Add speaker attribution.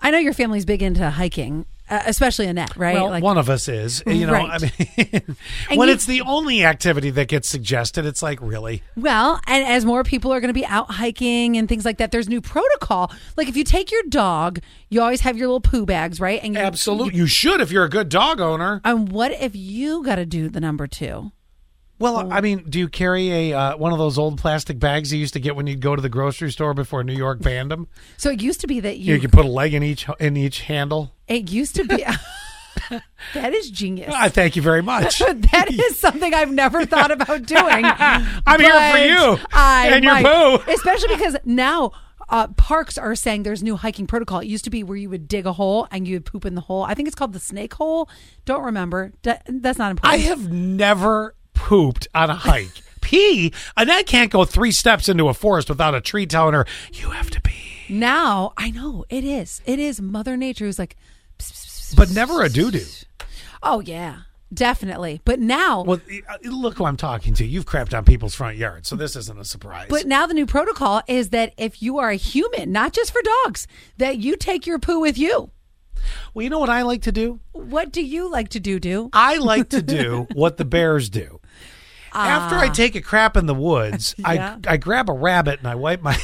Speaker 1: I know your family's big into hiking, uh, especially Annette, right?
Speaker 2: Well,
Speaker 1: Like-
Speaker 2: one of us is. You know,
Speaker 1: Right.
Speaker 2: I mean, when
Speaker 1: you-
Speaker 2: it's the only activity that gets suggested, it's like, really?
Speaker 1: Well, and as more people are going to be out hiking and things like that, there's new protocol. Like if you take your dog, you always have your little poo bags, right? And you,
Speaker 2: Absolutely. You should if you're a good dog owner.
Speaker 1: And what if you got to do the number two?
Speaker 2: Well, I mean, do you carry a uh, one of those old plastic bags you used to get when you'd go to the grocery store before New York banned them?
Speaker 1: So it used to be that you.
Speaker 2: You could put a leg in each in each handle.
Speaker 1: it used to be. that is genius.
Speaker 2: I thank you very much.
Speaker 1: that is something I've never thought about doing. I'm
Speaker 2: here for you
Speaker 1: I
Speaker 2: and your
Speaker 1: might.
Speaker 2: poo.
Speaker 1: especially because now uh, parks are saying there's new hiking protocol. It used to be where you would dig a hole and you would poop in the hole. I think it's called the snake hole. Don't remember. D- that's not important.
Speaker 2: I have never pooped on a hike. Pee, and I can't go three steps into a forest without a tree telling her you have to pee.
Speaker 1: now I know it is. It is Mother Nature who's like, "Psst, psst, psst,
Speaker 2: But never a doo doo.
Speaker 1: oh yeah, definitely. But now.
Speaker 2: Well, uh, look who I'm talking to. You've crapped on people's front yards, so this isn't a surprise.
Speaker 1: but now the new protocol is that if you are a human, not just for dogs, that you take your poo with you.
Speaker 2: well, you know what I like to do?
Speaker 1: What do you like to do, do?
Speaker 2: I like to do what the bears do. After I take a crap in the woods,
Speaker 1: Ah. Yeah.
Speaker 2: I I grab a rabbit and I wipe my